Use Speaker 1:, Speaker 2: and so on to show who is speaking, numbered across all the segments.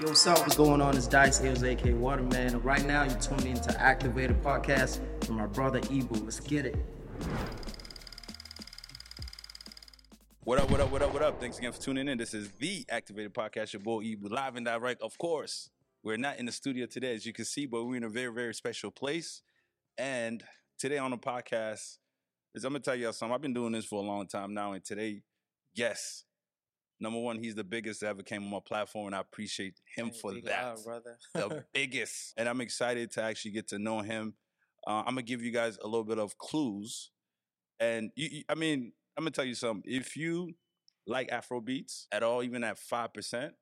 Speaker 1: Yo, what's up? What's going on? It's Dice Hills, aka Waterman. And right now, you're tuning in to Activated Podcast from my brother Ebu. Let's get it.
Speaker 2: What up, what up, what up, what up? Thanks again for tuning in. This is the Activated Podcast, your boy E live and direct, of course. We're not in the studio today, as you can see, but we're in a very, very special place. And today on the podcast is I'm gonna tell y'all something. I've been doing this for a long time now, and today, yes, number one, he's the biggest that ever came on my platform, and I appreciate him for that. the biggest. And I'm excited to actually get to know him. Uh, I'm gonna give you guys a little bit of clues. And you, you- I mean, I'm gonna tell you something. If you like Afro beats at all, even at five percent,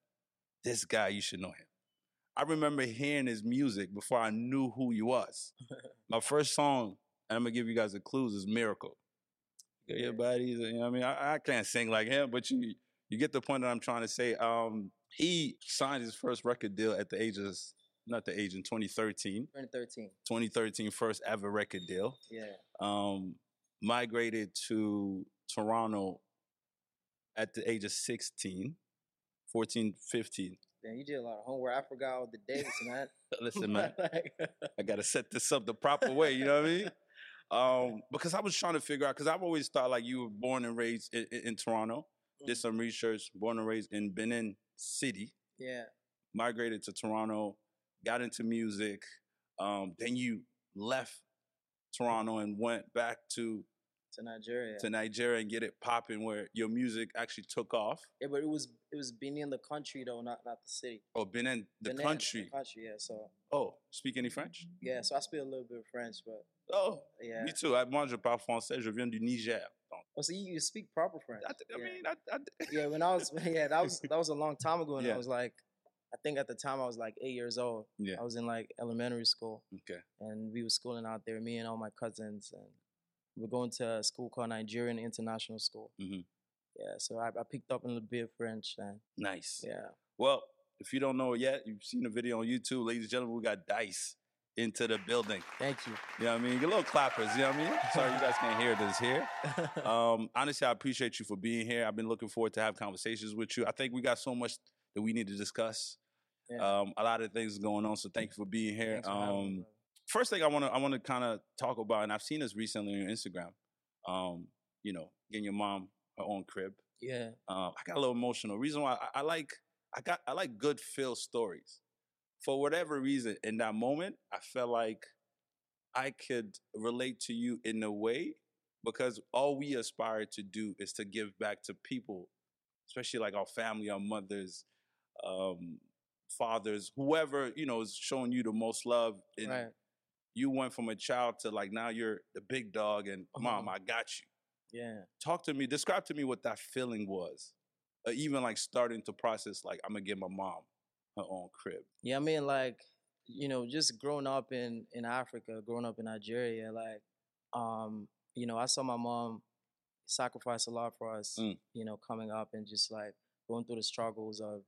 Speaker 2: this guy you should know him. I remember hearing his music before I knew who he was. My first song, and I'm gonna give you guys the clues, is Miracle. Get Your body's, you know what I mean? I, I can't sing like him, but you you get the point that I'm trying to say. Um, he signed his first record deal at the age of not the age in 2013
Speaker 1: 2013.
Speaker 2: 2013 first ever record deal
Speaker 1: Yeah.
Speaker 2: um migrated to toronto at the age of 16 14 15
Speaker 1: Man, you did a lot of homework. I forgot all the dates, man.
Speaker 2: Uh, listen man
Speaker 1: like,
Speaker 2: i gotta set this up the proper way you know what i mean um because i was trying to figure out because i've always thought like you were born and raised in, in, in toronto did some research born and raised in benin city
Speaker 1: yeah.
Speaker 2: migrated to Toronto, got into music. Um, then you left Toronto and went back to
Speaker 1: To Nigeria.
Speaker 2: to Nigeria and get it popping, where your music actually took off.
Speaker 1: yeah, but it was it was being in the country though, not not the city.
Speaker 2: Oh, been in the
Speaker 1: Benin,
Speaker 2: country.
Speaker 1: country, yeah. So
Speaker 2: Oh, speak any French?
Speaker 1: yeah, so I speak a little bit of French, but
Speaker 2: Oh,
Speaker 1: yeah.
Speaker 2: me too. I mange pas français. Je viens du Niger. Donc,
Speaker 1: Oh, so you, you speak proper French.
Speaker 2: I, th- I
Speaker 1: yeah.
Speaker 2: mean, I, I,
Speaker 1: yeah, when I was yeah, that was that was a long time ago, and
Speaker 2: Yeah.
Speaker 1: I was like, I think at the time I was like eight years old.
Speaker 2: Yeah.
Speaker 1: I was in like elementary school,
Speaker 2: okay.
Speaker 1: and we were schooling out there, me and all my cousins, and we are going to a school called Nigerian International School.
Speaker 2: Mhm.
Speaker 1: Yeah, so I, I picked up a little bit of French, and
Speaker 2: Nice.
Speaker 1: yeah,
Speaker 2: Well, if you don't know it yet, you've seen the video on YouTube, ladies and gentlemen. We got Dice into the building.
Speaker 1: thank you.
Speaker 2: You know what I mean? Your little clappers. You know what I mean? Sorry, you guys can't hear this here. um, honestly, I appreciate you for being here. I've been looking forward to have conversations with you. I think we got so much that we need to discuss.
Speaker 1: Yeah.
Speaker 2: Um, a lot of things going on, so thank you for being here.
Speaker 1: Thanks for having me,
Speaker 2: Um,
Speaker 1: brother.
Speaker 2: first thing I want to I want to kind of talk about, and I've seen this recently on your Instagram. Um, you know, getting your mom her own crib.
Speaker 1: yeah,
Speaker 2: Um, I got a little emotional. Reason why I, I like I got I like good feel stories. For whatever reason, in that moment, I felt like I could relate to you in a way because all we aspire to do is to give back to people, especially like our family, our mothers, um, fathers, whoever you know is showing you the most love. And
Speaker 1: right.
Speaker 2: You went from a child to like now you're the big dog, and mom, I got you
Speaker 1: Yeah,
Speaker 2: talk to me describe to me what that feeling was uh, even like starting to process like i'm gonna get my mom her own crib
Speaker 1: yeah. I mean, like you know, just growing up in in Africa, growing up in Nigeria, like um, you know, I saw my mom sacrifice a lot for us,
Speaker 2: Mm.
Speaker 1: you know, coming up and just like going through the struggles of,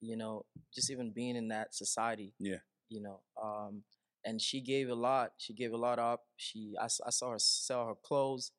Speaker 1: you know, just even being in that society.
Speaker 2: Yeah.
Speaker 1: You know, um, and she gave a lot. She gave a lot up. She, I, s- I saw her sell her clothes.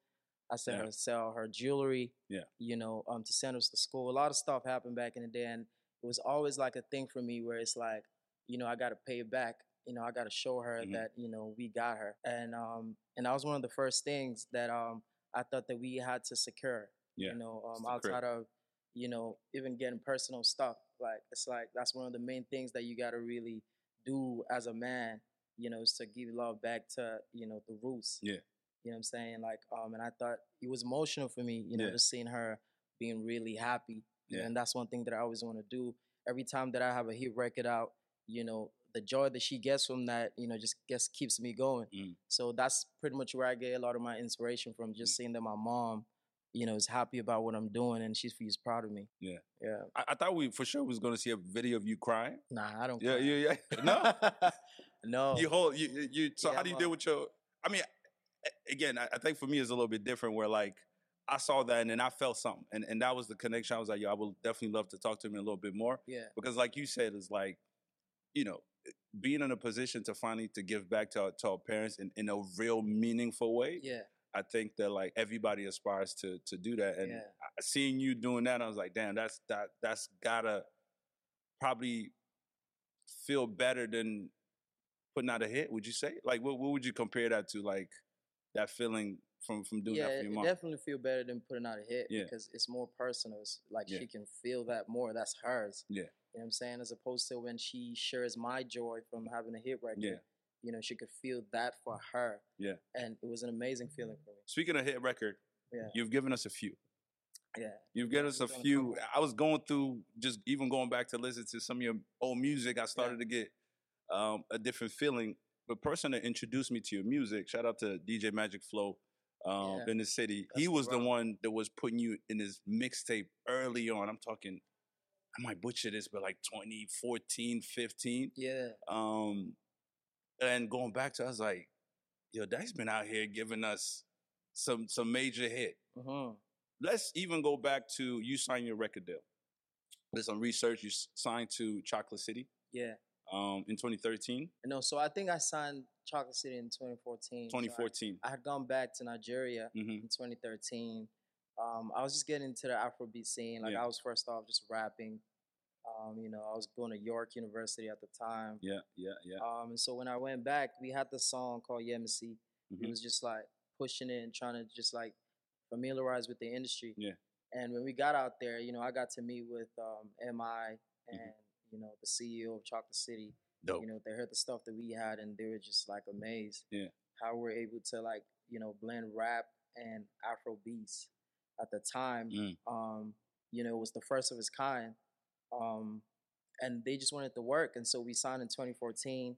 Speaker 1: I saw
Speaker 2: Yeah.
Speaker 1: her sell her jewelry.
Speaker 2: Yeah.
Speaker 1: You know, um, to send us to school. A lot of stuff happened back in the day, and it was always like a thing for me where it's like, you know, I got to pay it back. You know, I got to show her
Speaker 2: Mhm.
Speaker 1: that you know we got her, and um, and that was one of the first things that um I thought that we had to secure.
Speaker 2: Yeah,
Speaker 1: You know,
Speaker 2: it's
Speaker 1: um,
Speaker 2: the crib.
Speaker 1: outside of, you know, even getting personal stuff. Like it's like that's one of the main things that you gotta really do as a man, you know, is to give love back to, you know, the roots.
Speaker 2: Yeah.
Speaker 1: You know what I'm saying? Like, um, and I thought it was emotional for me, you know,
Speaker 2: Yeah.
Speaker 1: just seeing her being really happy. you know,
Speaker 2: Yeah.
Speaker 1: And that's one thing that I always want to do. Every time that I have a hit record out, you know, the joy that she gets from that, you know, just just keeps me going.
Speaker 2: Mm.
Speaker 1: So that's pretty much where I get a lot of my inspiration from, just seeing that my mom, you know, is happy about what I'm doing and she's she's proud of me.
Speaker 2: Yeah.
Speaker 1: Yeah.
Speaker 2: i, I thought we for sure was gonna see a video of you crying
Speaker 1: Nah, I don't.
Speaker 2: yeah
Speaker 1: cry.
Speaker 2: yeah yeah no
Speaker 1: no.
Speaker 2: you hold you you- you so
Speaker 1: Oh. Yeah,
Speaker 2: how do you
Speaker 1: I'm
Speaker 2: deal
Speaker 1: a-
Speaker 2: with your i mean a- again I, I think for me it's a little bit different where like i saw that and then i felt something and, and that was the connection i was like yo i would definitely love to talk to him a little bit more
Speaker 1: yeah.
Speaker 2: because like you said it's like you know being in a position to finally to give back to our, to our parents in, in a real meaningful way
Speaker 1: Yeah.
Speaker 2: I think that like everybody aspires to to do that, and
Speaker 1: yeah.
Speaker 2: I- seeing you doing that, I was like, damn, that's that that's gotta probably feel better than putting out a hit? Would you say? Like, what, what would you compare that to? Like that feeling from from doing
Speaker 1: yeah,
Speaker 2: that for
Speaker 1: it
Speaker 2: your mom.
Speaker 1: definitely feel better than putting out a hit
Speaker 2: Yeah.
Speaker 1: because it's more personal. It's like
Speaker 2: Yeah.
Speaker 1: she can feel that more. That's hers. You
Speaker 2: Yeah.
Speaker 1: know what I'm saying? As opposed to when she shares my joy from having a hit record.
Speaker 2: Yeah.
Speaker 1: You know, she could feel that for her.
Speaker 2: Yeah. Mm-hmm.
Speaker 1: And it was an amazing feeling for me.
Speaker 2: Speaking of hit record,
Speaker 1: Yeah.
Speaker 2: you've given us a few.
Speaker 1: Yeah.
Speaker 2: You've given us
Speaker 1: we're
Speaker 2: a
Speaker 1: gonna
Speaker 2: few.
Speaker 1: come back.
Speaker 2: I was going through just even going back to listen to some of your old music. I started to get um, a different feeling. The person that introduced me to your music, shout out to DJ Magic Flow um,
Speaker 1: Yeah.
Speaker 2: in the city. he
Speaker 1: Custom
Speaker 2: was the
Speaker 1: Rock.
Speaker 2: one that was putting you in his mixtape early on. I'm talking, I might butcher this, but like 2014, 15.
Speaker 1: Yeah.
Speaker 2: Um, and going back to, I was like, yo, Dice been out here giving us some some major hit.
Speaker 1: hmm
Speaker 2: Let's even go back to you signing your record deal. There's some research you s- signed to Chocolate City
Speaker 1: Yeah.
Speaker 2: um, in 2013,
Speaker 1: No, so I think I signed Chocolate City in 2014. so I-
Speaker 2: 2014.
Speaker 1: I had gone back to Nigeria
Speaker 2: hmm
Speaker 1: in 2013. Um, I was just getting into the Afrobeat scene. Like
Speaker 2: Yeah.
Speaker 1: I was first off just rapping. Um, you know, I was going to York University at the time.
Speaker 2: Yeah, yeah, yeah.
Speaker 1: Um, and so when I went back, we had the song called Yemisi.
Speaker 2: Mhm.
Speaker 1: It was just like pushing it and trying to just like familiarize with the industry.
Speaker 2: Yeah.
Speaker 1: And when we got out there, you know, I got to meet with um, MI and
Speaker 2: Mhm.
Speaker 1: you know the CEO of Chocolate City.
Speaker 2: Dope.
Speaker 1: You know, they heard the stuff that we had and they were just like amazed.
Speaker 2: Yeah.
Speaker 1: How we're able to like you know blend rap and Afro beats at the time.
Speaker 2: Mm.
Speaker 1: Um, you know, it was the first of its kind. Um, and they just wanted to work, and so we signed in 2014,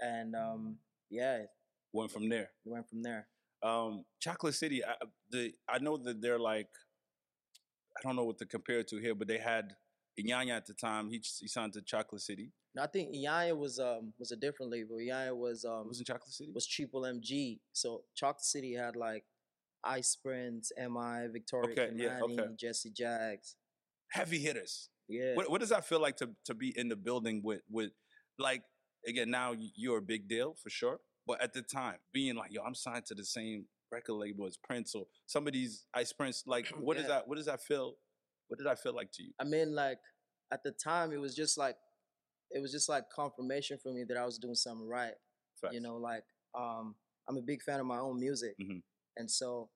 Speaker 1: and um, yeah, it
Speaker 2: Went from there.
Speaker 1: went from there.
Speaker 2: Um, Chocolate City, I, the, I know that they're like, I don't know what to compare it to here, but they had Inyanya at the time. He, he signed to Chocolate City.
Speaker 1: Now I think Iyaya was um was a different label. Iyaya was um
Speaker 2: was in Chocolate City?
Speaker 1: was Triple MG. So Chocolate City had like Ice Springs, MI, Victoria
Speaker 2: Okay, yeah,
Speaker 1: Kimani,
Speaker 2: okay.
Speaker 1: Jesse Jags.
Speaker 2: Heavy hitters.
Speaker 1: Yeah.
Speaker 2: What, what does that feel like to to be in the building with with like again now y- you're a big deal for sure, but at the time being like yo I'm signed to the same record label as Prince or some of these Ice Prince like what does
Speaker 1: Yeah.
Speaker 2: that what does that feel what did that feel like to you?
Speaker 1: I mean, like at the time, it was just like it was just like confirmation for me that I was doing something right.
Speaker 2: Facts.
Speaker 1: You know, like um, I'm a big fan of my own music,
Speaker 2: Mhm.
Speaker 1: and so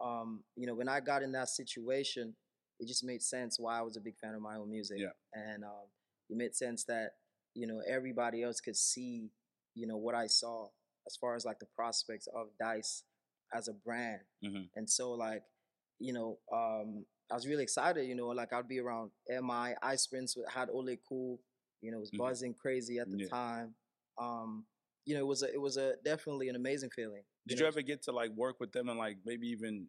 Speaker 1: um, you know when I got in that situation, it just made sense why I was a big fan of my own music,
Speaker 2: Yeah.
Speaker 1: and um, it made sense that you know everybody else could see you know what I saw as far as like the prospects of Dice as a brand,
Speaker 2: Mhm.
Speaker 1: and so like you know um, I was really excited, you know, like I'd be around MI, Ice Sprints had Ole Cool, you know, it was
Speaker 2: Mhm.
Speaker 1: buzzing crazy at the
Speaker 2: Yeah.
Speaker 1: time. Um, you know, it was a, it was a definitely an amazing feeling.
Speaker 2: Did
Speaker 1: know,
Speaker 2: you ever get to like work with them and like maybe even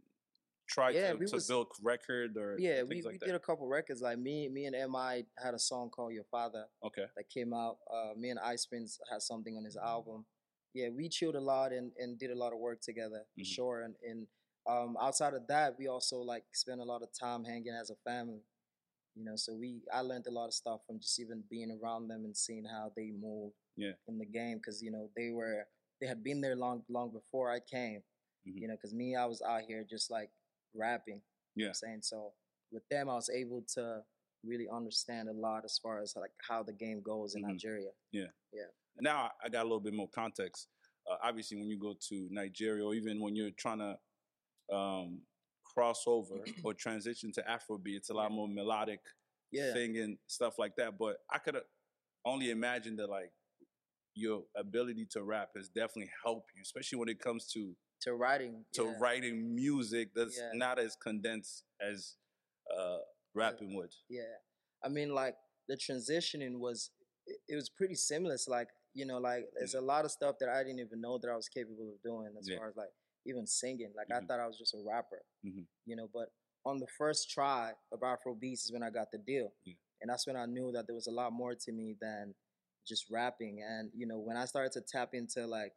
Speaker 2: try
Speaker 1: Yeah,
Speaker 2: to,
Speaker 1: we
Speaker 2: to
Speaker 1: was-
Speaker 2: build record or
Speaker 1: Yeah,
Speaker 2: things
Speaker 1: we,
Speaker 2: like
Speaker 1: we
Speaker 2: that?
Speaker 1: did a couple records. Like me, me and MI had a song called Your Father
Speaker 2: okay,
Speaker 1: that came out. Uh, me and Ice Prince had something on his
Speaker 2: Mm-hmm.
Speaker 1: album. Yeah, we chilled a lot and, and did a lot of work together, for
Speaker 2: Mhm.
Speaker 1: sure. And and um, outside of that, we also like spent a lot of time hanging as a family. You know, so we I learned a lot of stuff from just even being around them and seeing how they moved
Speaker 2: Yeah.
Speaker 1: in the game because you know they were they had been there long long before I came.
Speaker 2: Mhm.
Speaker 1: You know, because me I was out here just like rapping. You know what
Speaker 2: Yeah.
Speaker 1: I'm saying so with them I was able to really understand a lot as far as like how the game goes in
Speaker 2: Mhm.
Speaker 1: Nigeria.
Speaker 2: now I got a little bit more context. Uh, obviously, when you go to Nigeria or even when you're trying to um, cross over or transition to Afrobeat, it's a lot more melodic
Speaker 1: Yeah,
Speaker 2: singing stuff like that. But I could only imagine that like your ability to rap has definitely helped you, especially when it comes to
Speaker 1: to writing.
Speaker 2: to
Speaker 1: yeah.
Speaker 2: writing music that's
Speaker 1: Yeah.
Speaker 2: not as condensed as uh, rapping would.
Speaker 1: Yeah, I mean, like the transitioning was it, it was pretty seamless. Like you know, like there's a lot of stuff that I didn't even know that I was capable of doing as
Speaker 2: Mm-hmm. Yeah.
Speaker 1: far as like even singing. Like
Speaker 2: Mhm.
Speaker 1: I thought I was just a rapper,
Speaker 2: Mhm.
Speaker 1: you know. But on the first try of Afro Beats is when I got the deal,
Speaker 2: Yeah.
Speaker 1: and that's when I knew that there was a lot more to me than just rapping. And you know, when I started to tap into like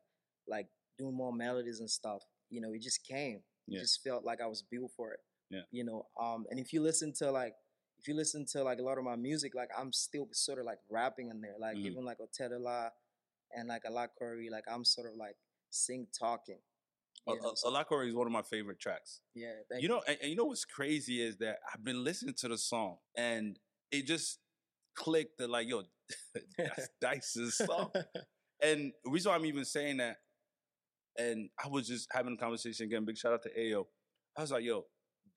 Speaker 1: like doing more melodies and stuff, you know, it just came.
Speaker 2: Yeah.
Speaker 1: It just felt like I was built for it.
Speaker 2: Yeah.
Speaker 1: You know, um, and if you listen to like if you listen to like a lot of my music, like I'm still sort of like rapping in there, like
Speaker 2: Mhm.
Speaker 1: even like Otedala and like a lot Curry, like I'm sort of like sing talking.
Speaker 2: A
Speaker 1: you know, so-
Speaker 2: Alakori is one of my favorite tracks.
Speaker 1: yeah, thank
Speaker 2: Oh, you know, and, and you know what's crazy is that I've been listening to the song and it just clicked that like, yo, That's Dice's song. And the reason why I'm even saying that, and I was just having a conversation again, big shout out to Ayo. I was like, yo,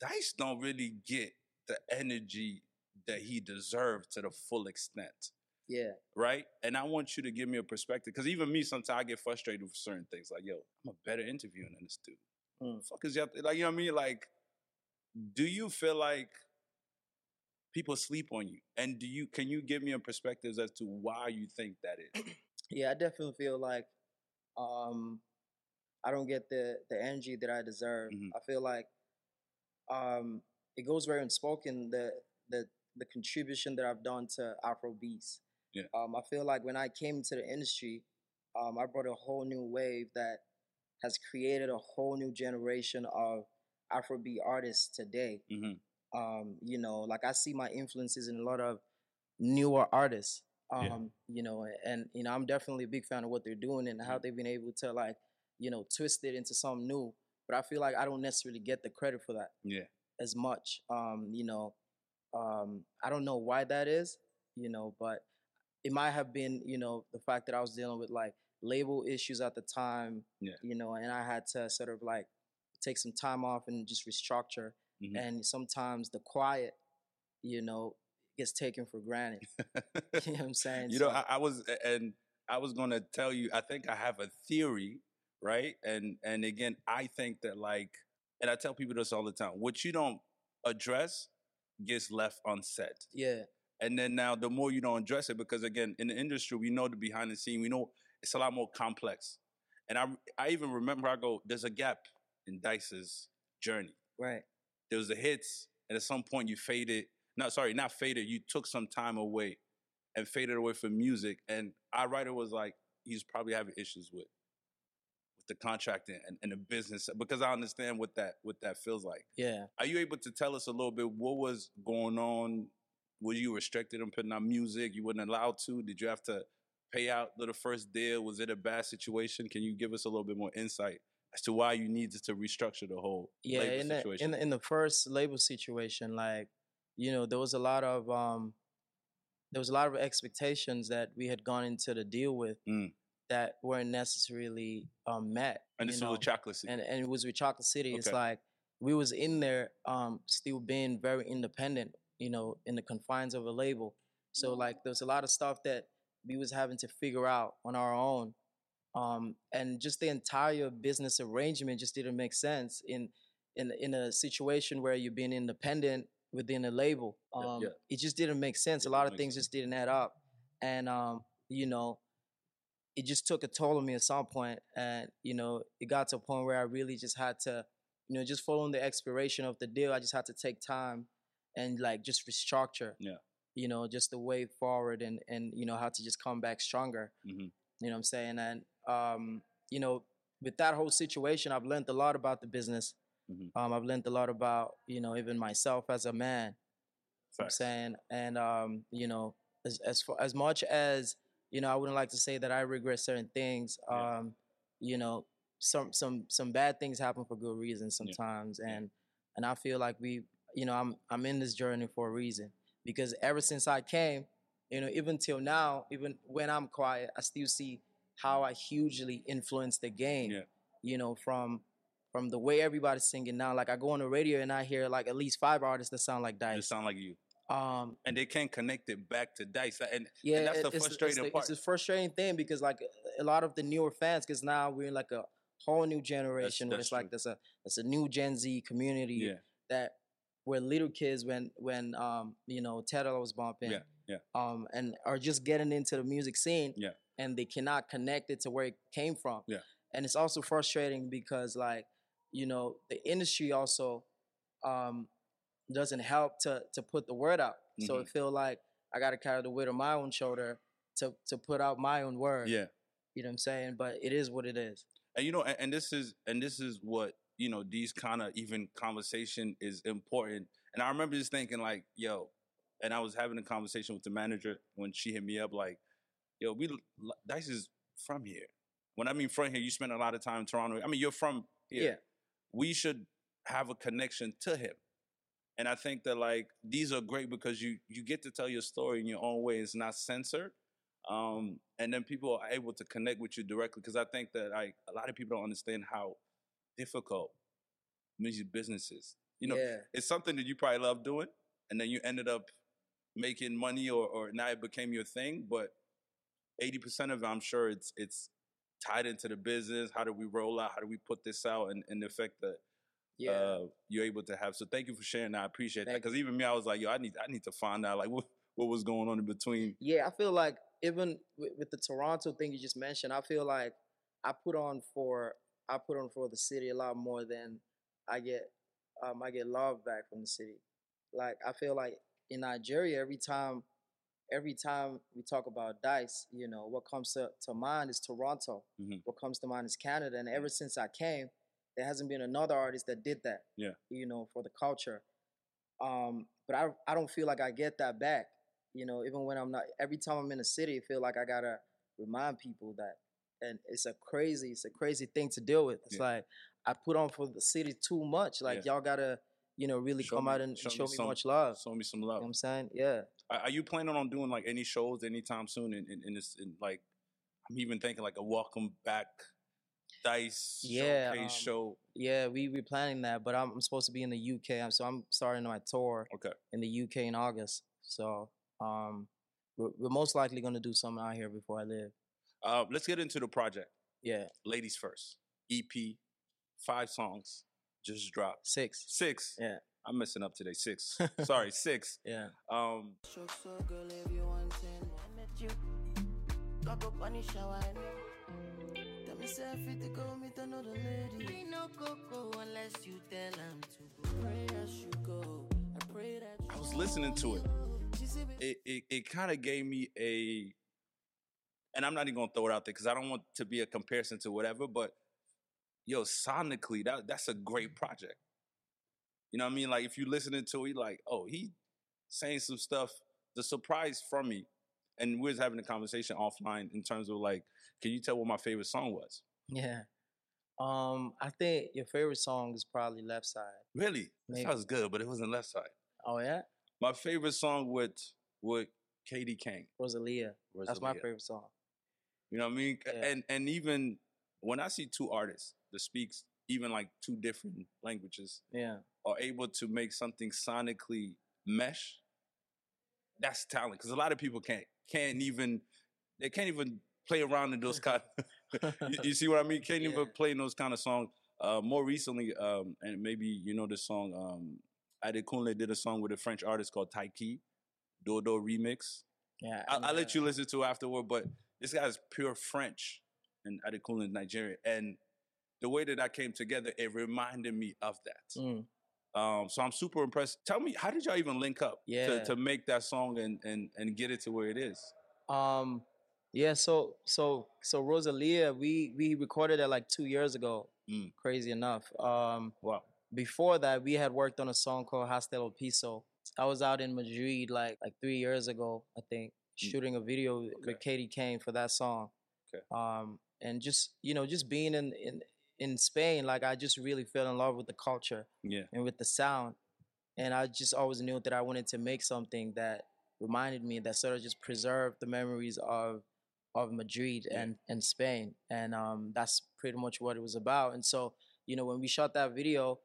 Speaker 2: Dice don't really get the energy that he deserved to the full extent,
Speaker 1: yeah,
Speaker 2: right? And I want you to give me a perspective, because even me, sometimes I get frustrated with certain things. Like, yo, I'm a better interviewer than this dude.
Speaker 1: Mm.
Speaker 2: Fuck is y'all, like, you know what I mean? Like, do you feel like people sleep on you? And do you, can you give me a perspective as to why you think that is?
Speaker 1: yeah. I definitely feel like um, I don't get the the energy that I deserve.
Speaker 2: Mhm.
Speaker 1: I feel like um, it goes very unspoken the the the contribution that I've done to Afrobeats.
Speaker 2: Yeah.
Speaker 1: Um, I feel like when I came to the industry, um, I brought a whole new wave that has created a whole new generation of Afrobeat artists today.
Speaker 2: Mm-hmm.
Speaker 1: um, you know, like I see my influences in a lot of newer artists. Um,
Speaker 2: Yeah.
Speaker 1: you know, a- and you know, I'm definitely a big fan of what they're doing and
Speaker 2: Mm-hmm.
Speaker 1: how they've been able to like, you know, twist it into something new. But I feel like I don't necessarily get the credit for that
Speaker 2: Yeah.
Speaker 1: as much. Um, you know, um, I don't know why that is, you know, but it might have been, you know, the fact that I was dealing with like label issues at the time,
Speaker 2: Yeah.
Speaker 1: you know, and I had to sort of like take some time off and just restructure.
Speaker 2: Mhm.
Speaker 1: And sometimes the quiet, you know, gets taken for granted.
Speaker 2: Mm-hmm.
Speaker 1: you know what I'm saying?
Speaker 2: you know,
Speaker 1: So-
Speaker 2: I, I was a- and I was gonna tell you. I think I have a theory, right? And and again, I think that like, and I tell people this all the time: what you don't address gets left unsaid.
Speaker 1: yeah,
Speaker 2: And then now, the more you don't address it, because again, in the industry, we know the behind the scene. We know it's a lot more complex. And I I even remember I go, there's a gap in Dice's journey.
Speaker 1: right.
Speaker 2: There was the hits, and at some point you faded. No, sorry, not faded. You took some time away and faded away from music. And our writer was like, he's probably having issues with with the contracting and, and the business because I understand what that what that feels like.
Speaker 1: Yeah.
Speaker 2: Are you able to tell us a little bit what was going on? Were you restricted on putting out music? You weren't allowed to? Did you have to pay out the first deal? Was it a bad situation? Can you give us a little bit more insight as to why you needed to restructure the whole
Speaker 1: yeah
Speaker 2: labor
Speaker 1: in the,
Speaker 2: situation?
Speaker 1: in the in the first label situation like you know there was a lot of um there was a lot of expectations that we had gone into the deal with
Speaker 2: Mm.
Speaker 1: that weren't necessarily um met
Speaker 2: and
Speaker 1: you
Speaker 2: this was
Speaker 1: know?
Speaker 2: with Chocolate City.
Speaker 1: and and it was with chocolate city it's
Speaker 2: Okay.
Speaker 1: like we was in there um still being very independent you know in the confines of a label so like there was a lot of stuff that we was having to figure out on our own um and just the entire business arrangement just didn't make sense in in in a situation where you're being independent within a label
Speaker 2: Yeah,
Speaker 1: um
Speaker 2: yeah.
Speaker 1: it just didn't make sense
Speaker 2: It
Speaker 1: a lot
Speaker 2: didn't
Speaker 1: of
Speaker 2: make
Speaker 1: things
Speaker 2: sense.
Speaker 1: just didn't add up and um you know it just took a toll on me at some point and you know it got to a point where i really just had to you know just following the expiration of the deal i just had to take time and like just restructure
Speaker 2: Yeah.
Speaker 1: you know just the way forward and and you know how to just come back stronger
Speaker 2: Mhm.
Speaker 1: you know what i'm saying and um you know with that whole situation i've learned a lot about the business
Speaker 2: Mhm.
Speaker 1: um i've learned a lot about you know even myself as a man what I'm
Speaker 2: Facts.
Speaker 1: saying, and um, you know, as as far, as much as you know, I wouldn't like to say that I regret certain things.
Speaker 2: Yeah.
Speaker 1: Um, you know, some some some bad things happen for good reasons
Speaker 2: Yeah.
Speaker 1: sometimes,
Speaker 2: Yeah.
Speaker 1: and and I feel like we, you know, I'm I'm in this journey for a reason because ever since I came, you know, even till now, even when I'm quiet, I still see how I hugely influenced the game.
Speaker 2: Yeah.
Speaker 1: You know, from from the way everybody's singing now, like I go on the radio and I hear like at least five artists that sound like
Speaker 2: It
Speaker 1: Dice.
Speaker 2: sound like you.
Speaker 1: Um,
Speaker 2: And they can't connect it back to Dice. Like, And
Speaker 1: yeah,
Speaker 2: that's
Speaker 1: it-
Speaker 2: the
Speaker 1: it's
Speaker 2: frustrating
Speaker 1: it's
Speaker 2: part.
Speaker 1: It's a frustrating thing because like a lot of the newer fans, because now we're in like a whole new generation where
Speaker 2: that's
Speaker 1: it's like
Speaker 2: true.
Speaker 1: there's a there's a new Gen Z community
Speaker 2: yeah,
Speaker 1: that were little kids when when um you know Tedder was bumping.
Speaker 2: Yeah, yeah.
Speaker 1: Um, and are just getting into the music scene.
Speaker 2: Yeah.
Speaker 1: And they cannot connect it to where it came from.
Speaker 2: Yeah.
Speaker 1: And it's also frustrating because like you know the industry also um doesn't help to to put the word out. So
Speaker 2: Mhm.
Speaker 1: it feel like I got to carry the weight on my own shoulder to to put out my own word.
Speaker 2: yeah.
Speaker 1: You know what I'm saying? But it is what it is.
Speaker 2: and you know and, and this is and this is what you know these kind of even conversation is important and i remember just thinking like yo and i was having a conversation with the manager when she hit me up like yo we l- dice is from here when i mean from here you spend a lot of time in toronto i mean you're from here
Speaker 1: Yeah.
Speaker 2: we should have a connection to him and i think that like these are great because you you get to tell your story in your own way it's not censored um, and then people are able to connect with you directly because I think that like a lot of people don't understand how difficult music business is. You know,
Speaker 1: yeah.
Speaker 2: it's something that you probably love doing, and then you ended up making money, or or now it became your thing. But eighty percent of it, I'm sure it's it's tied into the business. How do we roll out? How do we put this out? And and the effect that
Speaker 1: Yeah.
Speaker 2: uh, you're able to have. So thank you for sharing. that. I appreciate that
Speaker 1: Thank
Speaker 2: because even me, I was like, yo, I need I need to find out like what what was going on in between.
Speaker 1: yeah, I feel like even with, with the Toronto thing you just mentioned, I feel like I put on for I put on for the city a lot more than I get um, I get love back from the city. Like I feel like in Nigeria, every time every time we talk about dice, you know what comes to, to mind is Toronto.
Speaker 2: Mhm.
Speaker 1: What comes to mind is Canada. And ever since I came, there hasn't been another artist that did that.
Speaker 2: Yeah.
Speaker 1: you know for the culture. Um, but I I don't feel like I get that back you know even when i'm not every time i'm in a city i feel like i gotta remind people that and it's a crazy it's a crazy thing to deal with it's
Speaker 2: Yeah.
Speaker 1: like i put on for the city too much like y'all gotta you know really
Speaker 2: Show
Speaker 1: come
Speaker 2: me-
Speaker 1: out and
Speaker 2: show
Speaker 1: show,
Speaker 2: me
Speaker 1: me
Speaker 2: some-
Speaker 1: much love
Speaker 2: Show me some
Speaker 1: you
Speaker 2: love.
Speaker 1: know what i'm saying yeah
Speaker 2: Are, are you planning on doing like any shows anytime soon? In in, in this, in, like, I'm even thinking like a welcome back dice
Speaker 1: Yeah,
Speaker 2: showcase
Speaker 1: um,
Speaker 2: show.
Speaker 1: yeah we we planning that but i'm, I'm supposed to be in the uk I'm- so i'm starting my tour
Speaker 2: Okay.
Speaker 1: in the uk in august so um we're, we're most likely gonna do something out here before i live
Speaker 2: Uh, let's get into the project.
Speaker 1: yeah
Speaker 2: Ladies first. EP, five songs, just dropped.
Speaker 1: six
Speaker 2: Six.
Speaker 1: Yeah.
Speaker 2: I'm messing up today. Six. Sorry, six.
Speaker 1: yeah
Speaker 2: Um,
Speaker 3: Stroke so girl if you want ten I met you Cock up on the shower and Tell me say fit to go meet another lady Me no coco unless you tell him to Pray as you go I pray that you
Speaker 2: I was listening to it.
Speaker 3: She said, "Baby,
Speaker 2: It it, it kind of gave me a, and I'm not even gonna throw it out there because I don't want to be a comparison to whatever. But yo, sonically, that that's a great
Speaker 1: Mm-hmm.
Speaker 2: project. You know what I mean? Like if you listening to it, like oh, he saying some stuff. The surprise from me, and we was having a conversation offline in terms of like, can you tell what my favorite song was?
Speaker 1: Yeah. Um, I think your favorite song is probably Left Side.
Speaker 2: Really, that
Speaker 1: Maybe.
Speaker 2: sounds good, but it wasn't Left Side.
Speaker 1: Oh yeah?
Speaker 2: My favorite song with with Katie Kane.
Speaker 1: Rosalia. That's my
Speaker 2: Rosalía.
Speaker 1: favorite song.
Speaker 2: You know what I mean? C-
Speaker 1: Yeah.
Speaker 2: And and even when I see two artists that speaks even like two different languages
Speaker 1: Yeah.
Speaker 2: are able to make something sonically mesh, that's talent. Because a lot of people can't can't even they can't even play around in those kind. you, you see what I mean? Can't even
Speaker 1: Yeah.
Speaker 2: play in those kind of songs. Uh, more recently, um, and maybe you know the song. Um, Adekunle did a song with a French artist called Taiki, Dodo Remix.
Speaker 1: yeah.
Speaker 2: I'll, I'll let
Speaker 1: know.
Speaker 2: you listen to it afterward, but this guy's pure French and Adekunle is Nigerian. And the way that I came together, it reminded me of that.
Speaker 1: Mm.
Speaker 2: Um, so I'm super impressed. Tell me, how did y'all even link up to,
Speaker 1: Yeah.
Speaker 2: to make that song and, and, and get it to where it is?
Speaker 1: Um yeah, so so so Rosalia, we we recorded it like two years ago.
Speaker 2: Mm.
Speaker 1: Crazy enough. Um
Speaker 2: Wow.
Speaker 1: before that we had worked on a song called Hostel Piso. I was out in Madrid like like three years ago, I think, shooting a video w-
Speaker 2: Mm. Okay.
Speaker 1: with Katie Kane for that song.
Speaker 2: Okay.
Speaker 1: Um, and just you know, just being in in in Spain, like I just really fell in love with the culture
Speaker 2: Yeah.
Speaker 1: and with the sound, and I just always knew that I wanted to make something that reminded me that sort of just preserved the memories of of Madrid
Speaker 2: Yeah.
Speaker 1: and and Spain, and um, that's pretty much what it was about. And so you know, when we shot that video,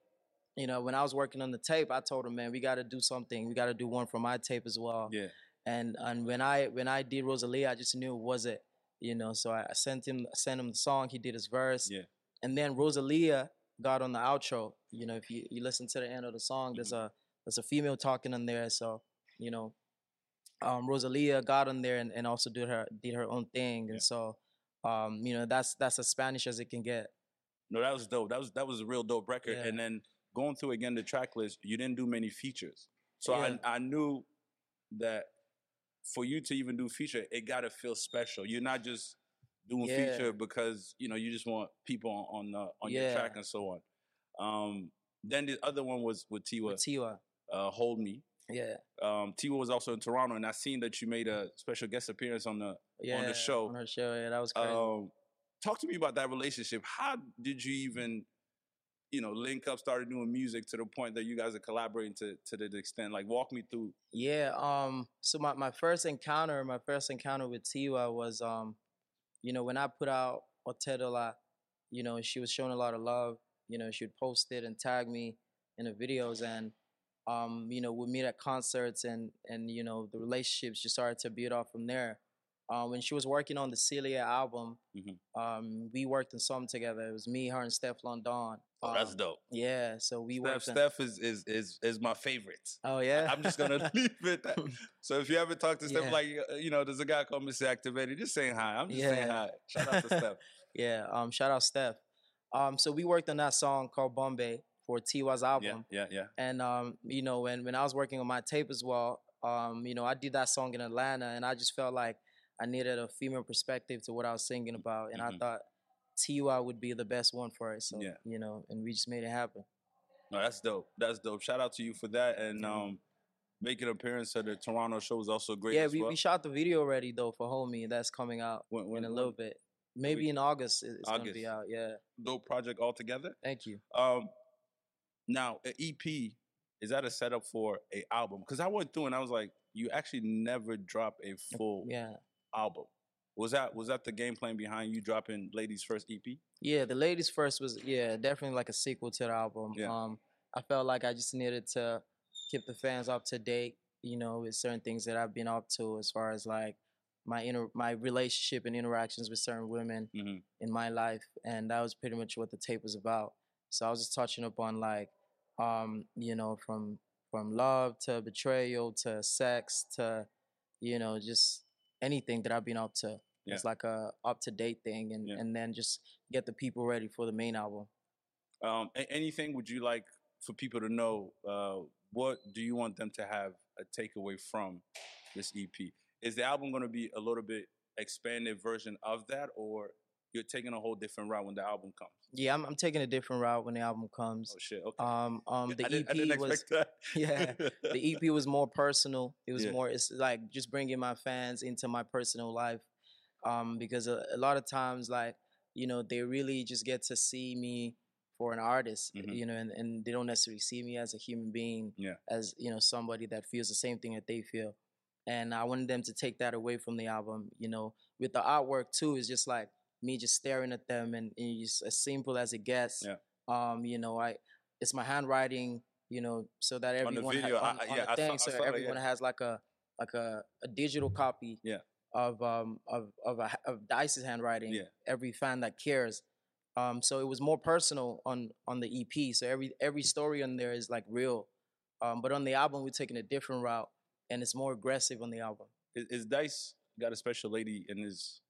Speaker 1: you know, when I was working on the tape, I told him, man, we got to do something. We got to do one for my tape as well.
Speaker 2: Yeah.
Speaker 1: And and when I when I did Rosalie, I just knew it was it. You know, so I I sent him sent him the song. He did his verse.
Speaker 2: Yeah.
Speaker 1: And then Rosalia got on the outro. You know, if you, you listen to the end of the song, there's
Speaker 2: Mm-hmm.
Speaker 1: a there's a female talking on there. So you know, um, Rosalia got on there and, and also did her did her own thing. And
Speaker 2: Yeah.
Speaker 1: so, um, you know, that's that's as Spanish as it can get.
Speaker 2: No, that was dope. That was that was a real dope record.
Speaker 1: Yeah.
Speaker 2: And then going through again the track list, you didn't do many features. So
Speaker 1: Yeah.
Speaker 2: I I knew that for you to even do feature, it gotta feel special. You're not just doing
Speaker 1: Yeah.
Speaker 2: feature because you know you just want people on on, uh, on your
Speaker 1: Yeah.
Speaker 2: track and so on. Um, then the other one was with Tiwa,
Speaker 1: With Tiwa.
Speaker 2: uh, "Hold Me."
Speaker 1: Yeah.
Speaker 2: Um, Tiwa was also in Toronto, and I seen that you made a special guest appearance on the
Speaker 1: yeah,
Speaker 2: show.
Speaker 1: On her show, yeah, that was crazy.
Speaker 2: um, talk to me about that relationship. How did you even you know, link up, started doing music to the point that you guys are collaborating to to the extent. Like, walk me through.
Speaker 1: Yeah. Um. So my, my first encounter, my first encounter with Tiwa was, um, you know, when I put out Otedola, you know, she was showing a lot of love. You know, she would post it and tag me in the videos, and um, you know, we'd meet at concerts, and and you know, the relationships just started to build off from there. Uh, when she was working on the Celia album,
Speaker 2: Mhm.
Speaker 1: um, we worked on something together. It was me, her, and Steph London.
Speaker 2: Oh, that's
Speaker 1: Um,
Speaker 2: dope.
Speaker 1: Yeah, so we
Speaker 2: Steph,
Speaker 1: worked. on-
Speaker 2: Steph is, is is is my favorite.
Speaker 1: Oh yeah.
Speaker 2: I'm just gonna leave it. That. So if you ever talk to Steph,
Speaker 1: Yeah.
Speaker 2: like uh, you know, there's a guy called Mr. Activated. Just saying hi. I'm just saying
Speaker 1: Yeah.
Speaker 2: hi. Shout out to Steph.
Speaker 1: Yeah, um, shout out Steph. Um, so we worked on that song called Bombay for Tiwa's album.
Speaker 2: yeah, yeah, yeah.
Speaker 1: And um, you know, when when I was working on my tape as well, um, you know, I did that song in Atlanta and I just felt like I needed a female perspective to what I was singing about and
Speaker 2: Mhm.
Speaker 1: I thought Tiwa would be the best one for it. So
Speaker 2: Yeah.
Speaker 1: you know, and we just made it happen.
Speaker 2: No, that's dope. That's dope. Shout out to you for that and
Speaker 1: Yeah.
Speaker 2: um, making an appearance at the Toronto show is also great.
Speaker 1: yeah,
Speaker 2: as
Speaker 1: we,
Speaker 2: well.
Speaker 1: we shot the video already though for Homie that's coming out
Speaker 2: When- when-
Speaker 1: in a little
Speaker 2: when-
Speaker 1: bit. Maybe in August it- it's gonna
Speaker 2: August.
Speaker 1: be out. Yeah.
Speaker 2: dope project altogether.
Speaker 1: Thank you.
Speaker 2: Um, now an EP is that a setup for a album? Because I went through and I was like, you actually never drop a full
Speaker 1: Yeah.
Speaker 2: album. Was that was that the game plan behind you dropping Ladies First E EP?
Speaker 1: Yeah, the ladies first was yeah, definitely like a sequel to the album.
Speaker 2: Yeah.
Speaker 1: Um, I felt like I just needed to keep the fans up to date, you know, with certain things that I've been up to as far as like my inner my relationship and interactions with certain women
Speaker 2: Mhm.
Speaker 1: in my life, and that was pretty much what the tape was about. So I was just touching up on like, um, you know, from from love to betrayal to sex to, you know, just anything that I've been up to.
Speaker 2: Yeah.
Speaker 1: It's like a up to date thing, and
Speaker 2: Yeah.
Speaker 1: and then just get the people ready for the main album.
Speaker 2: Um, a- anything would you like for people to know? Uh, what do you want them to have a takeaway from this EP? Is the album going to be a little bit expanded version of that, or you're taking a whole different route when the album comes?
Speaker 1: Yeah, I'm, I'm taking a different route when the album comes.
Speaker 2: Oh shit! Okay.
Speaker 1: Um, um, the
Speaker 2: I, didn't, I
Speaker 1: EP
Speaker 2: didn't
Speaker 1: was
Speaker 2: expect that.
Speaker 1: yeah, the EP was more personal. It was
Speaker 2: Yeah.
Speaker 1: more it's like just bringing my fans into my personal life, um, because a, a lot of times like you know they really just get to see me for an artist,
Speaker 2: Mhm.
Speaker 1: you know, and, and they don't necessarily see me as a human being,
Speaker 2: Yeah.
Speaker 1: as you know somebody that feels the same thing that they feel, and I wanted them to take that away from the album, you know, with the artwork too. It's just like me just staring at them, and, and it's as simple as it gets.
Speaker 2: Yeah.
Speaker 1: Um, you know, I it's my handwriting, you know, so that
Speaker 2: On the
Speaker 1: everyone ha-
Speaker 2: video, I-
Speaker 1: on, on
Speaker 2: I- yeah,
Speaker 1: the
Speaker 2: I saw-
Speaker 1: thing,
Speaker 2: I
Speaker 1: so
Speaker 2: saw that, yeah.
Speaker 1: everyone has like a like a, a digital copy
Speaker 2: Yeah.
Speaker 1: of um of of a, ha- of Dice's handwriting.
Speaker 2: Yeah.
Speaker 1: Every fan that cares. Um, so it was more personal on on the EP. So every every story on there is like real, um, but on the album we're taking a different route and it's more aggressive on the album.
Speaker 2: is, is Dice got a special lady in his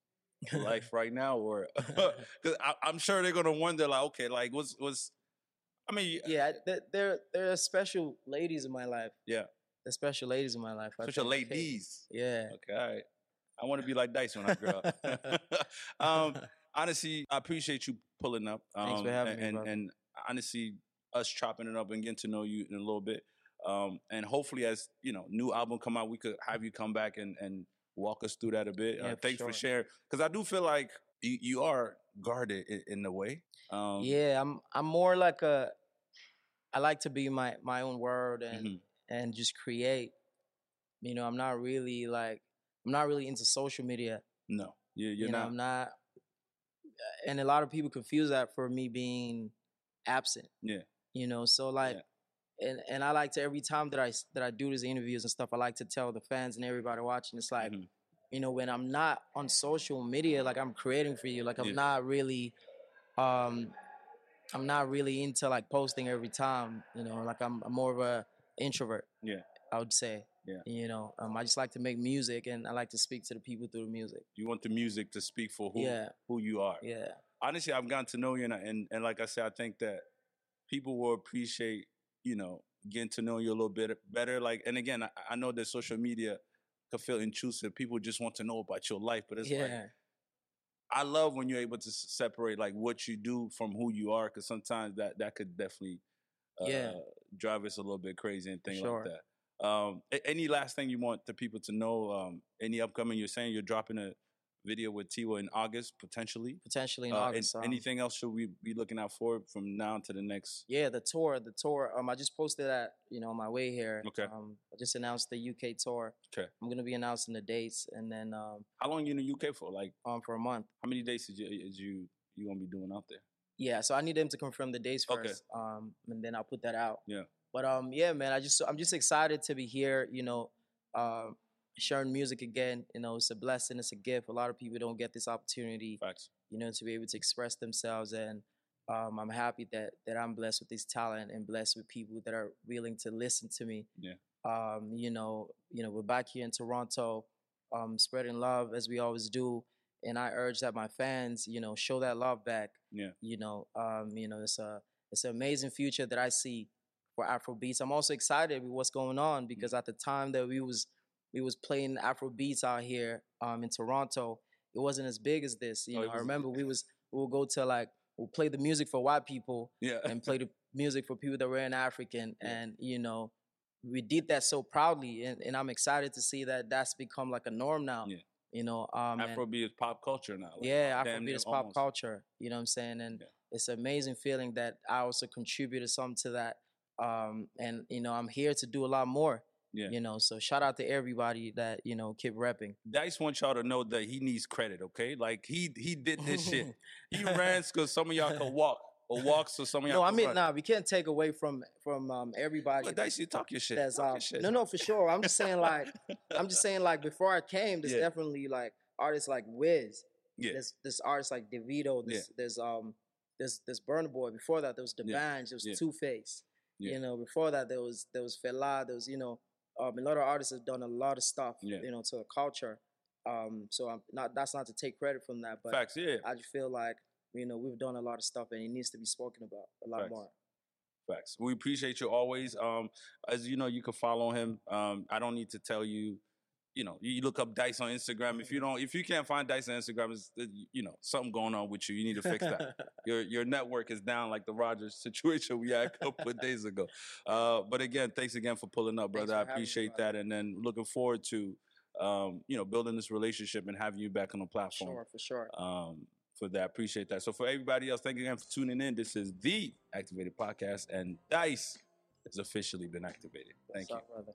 Speaker 2: life right now, or because I'm sure they're gonna wonder, like, okay, like, what's what's? I mean,
Speaker 1: yeah, th- there there are special ladies in my life.
Speaker 2: Yeah.
Speaker 1: There's special ladies in my life. I
Speaker 2: special
Speaker 1: think. Okay.
Speaker 2: ladies.
Speaker 1: Yeah.
Speaker 2: Okay, all right. I want to be like Dice when I grow up. um, honestly, I appreciate you pulling up. Um,
Speaker 1: Thanks for having
Speaker 2: and,
Speaker 1: me,
Speaker 2: And,
Speaker 1: brother.
Speaker 2: and honestly, us chopping it up and getting to know you in a little bit. Um, and hopefully, as you know, new album come out, we could have you come back and and walk us through that a bit.
Speaker 1: Yeah,
Speaker 2: uh,
Speaker 1: for
Speaker 2: thanks for
Speaker 1: sure.
Speaker 2: sharing, because I do feel like you, you are guarded in, in a way. Um,
Speaker 1: yeah i'm i'm more like a i like to be my my own world and
Speaker 2: mhm.
Speaker 1: and just create you know i'm not really like i'm not really into social media
Speaker 2: No, you, you're
Speaker 1: you know
Speaker 2: not.
Speaker 1: i'm not uh, and a lot of people confuse that for me being absent
Speaker 2: Yeah.
Speaker 1: you know so like and and i like to every time that i s- that i do these interviews and stuff i like to tell the fans and everybody watching it's like
Speaker 2: Mhm.
Speaker 1: you know when i'm not on social media like i'm creating for you like i'm
Speaker 2: Yeah.
Speaker 1: not really um i'm not really into like posting every time you know like i'm, I'm more of a introvert
Speaker 2: Yeah.
Speaker 1: i would say
Speaker 2: Yeah.
Speaker 1: you know um, i just like to make music and i like to speak to the people through the music
Speaker 2: You want the music to speak for who
Speaker 1: yeah
Speaker 2: who you are.
Speaker 1: yeah
Speaker 2: honestly, I've gotten to know you, and, I- and and like I said, I think that people will appreciate you know getting to know you a little bit better. Like, and again, I, I know that social media can feel intrusive. People just want to know about your life, but it's
Speaker 1: yeah
Speaker 2: like I love when you're able to s- separate like what you do from who you are, because sometimes that that could definitely uh,
Speaker 1: Yeah.
Speaker 2: drive us a little bit crazy and things
Speaker 1: sure.
Speaker 2: like that. Um, a- any last thing you want the people to know? Um, any upcoming? You're saying you're dropping a video with Tiwa in August potentially.
Speaker 1: potentially in
Speaker 2: Uh, and
Speaker 1: August. um,
Speaker 2: anything else should we be looking out for from now to the next?
Speaker 1: Yeah, the tour, the tour. Um, I just posted that you know on my way here.
Speaker 2: Okay.
Speaker 1: Um, I just announced the UK tour.
Speaker 2: Okay.
Speaker 1: I'm gonna be announcing the dates and then um,
Speaker 2: How long you in the UK for? Like
Speaker 1: um for a month.
Speaker 2: how many days did you is you you gonna be doing out there?
Speaker 1: Yeah, so I need them to confirm the dates first.
Speaker 2: Okay.
Speaker 1: Um, and then I'll put that out.
Speaker 2: Yeah.
Speaker 1: But um, yeah, man, I just I'm just excited to be here. You know, um, sharing music again. You know, it's a blessing. It's a gift. A lot of people don't get this opportunity.
Speaker 2: Facts.
Speaker 1: You know, to be able to express themselves and. Um, I'm happy that that I'm blessed with this talent and blessed with people that are willing to listen to me.
Speaker 2: Yeah.
Speaker 1: Um, you know, you know, we're back here in Toronto, um, spreading love as we always do, and I urge that my fans, you know, show that love back you know um you know it's a it's an amazing future that i see for afrobeats i'm also excited with what's going
Speaker 2: Mm-hmm.
Speaker 1: on because at the time that we was we was playing afrobeats out here um in toronto it wasn't as big as this you
Speaker 2: Oh, it
Speaker 1: know i
Speaker 2: was-
Speaker 1: remember we was we would go to like we'll play the music for white people
Speaker 2: Yeah.
Speaker 1: and play the music for people that were in African.
Speaker 2: Yeah.
Speaker 1: And you know, we did that so proudly, and, and I'm excited to see that that's become like a norm now.
Speaker 2: Yeah.
Speaker 1: You know, um, and-
Speaker 2: Afrobeat is pop culture now. like,
Speaker 1: yeah,
Speaker 2: damn
Speaker 1: Afrobeat
Speaker 2: near
Speaker 1: is pop
Speaker 2: almost.
Speaker 1: culture. You know what I'm saying? And
Speaker 2: Yeah.
Speaker 1: it's an amazing feeling that I also contributed something to that. Um, and you know, I'm here to do a lot more.
Speaker 2: Yeah.
Speaker 1: You know, so shout out to everybody that you know keep repping.
Speaker 2: Dice wants y'all to know that he needs credit, okay? Like he he did this shit. He ran because some of y'all could walk or walk so some of y'all.
Speaker 1: no, I
Speaker 2: could
Speaker 1: mean,
Speaker 2: run.
Speaker 1: nah, we can't take away from from um, everybody.
Speaker 2: But Dice, you talk your shit.
Speaker 1: that's
Speaker 2: talk your
Speaker 1: um,
Speaker 2: shit.
Speaker 1: no, no, for sure. I'm just saying, like, I'm just saying, like, before I came, there's
Speaker 2: Yeah.
Speaker 1: definitely like artists like Wiz.
Speaker 2: Yeah.
Speaker 1: There's there's artists like DeVito.
Speaker 2: Yeah.
Speaker 1: There's there's um there's there's Burner Boy. Before that, there was Debanj.
Speaker 2: Yeah.
Speaker 1: There was
Speaker 2: Yeah.
Speaker 1: Two Face.
Speaker 2: Yeah.
Speaker 1: You know, before that, there was there was Fela. There was you know, um, a lot of artists have done a lot of stuff.
Speaker 2: Yeah.
Speaker 1: You know, to the culture. Um, so I'm not that's not to take credit from that, but
Speaker 2: Facts, yeah.
Speaker 1: I just feel like you know we've done a lot of stuff and it needs to be spoken about a lot
Speaker 2: Facts.
Speaker 1: more.
Speaker 2: Facts. We appreciate you always. Um, as you know, you can follow him. Um, I don't need to tell you. You know, you you look up Dice on Instagram. If you don't, if you can't find Dice on Instagram, it's, uh, y- you know something going on with you. You need to fix that. your your network is down, like the Rogers situation we had a couple of days ago. Uh, but again, thanks again for pulling up,
Speaker 1: Thanks
Speaker 2: brother. I
Speaker 1: for having me,
Speaker 2: appreciate
Speaker 1: brother.
Speaker 2: that, and then looking forward to um, you know building this relationship and having you back on the platform
Speaker 1: sure, for sure.
Speaker 2: um, for that. Appreciate that. So for everybody else, thank you again for tuning in. This is the Activated Podcast, and Dice has officially been activated. Thank
Speaker 1: What's
Speaker 2: you.
Speaker 1: up, brother?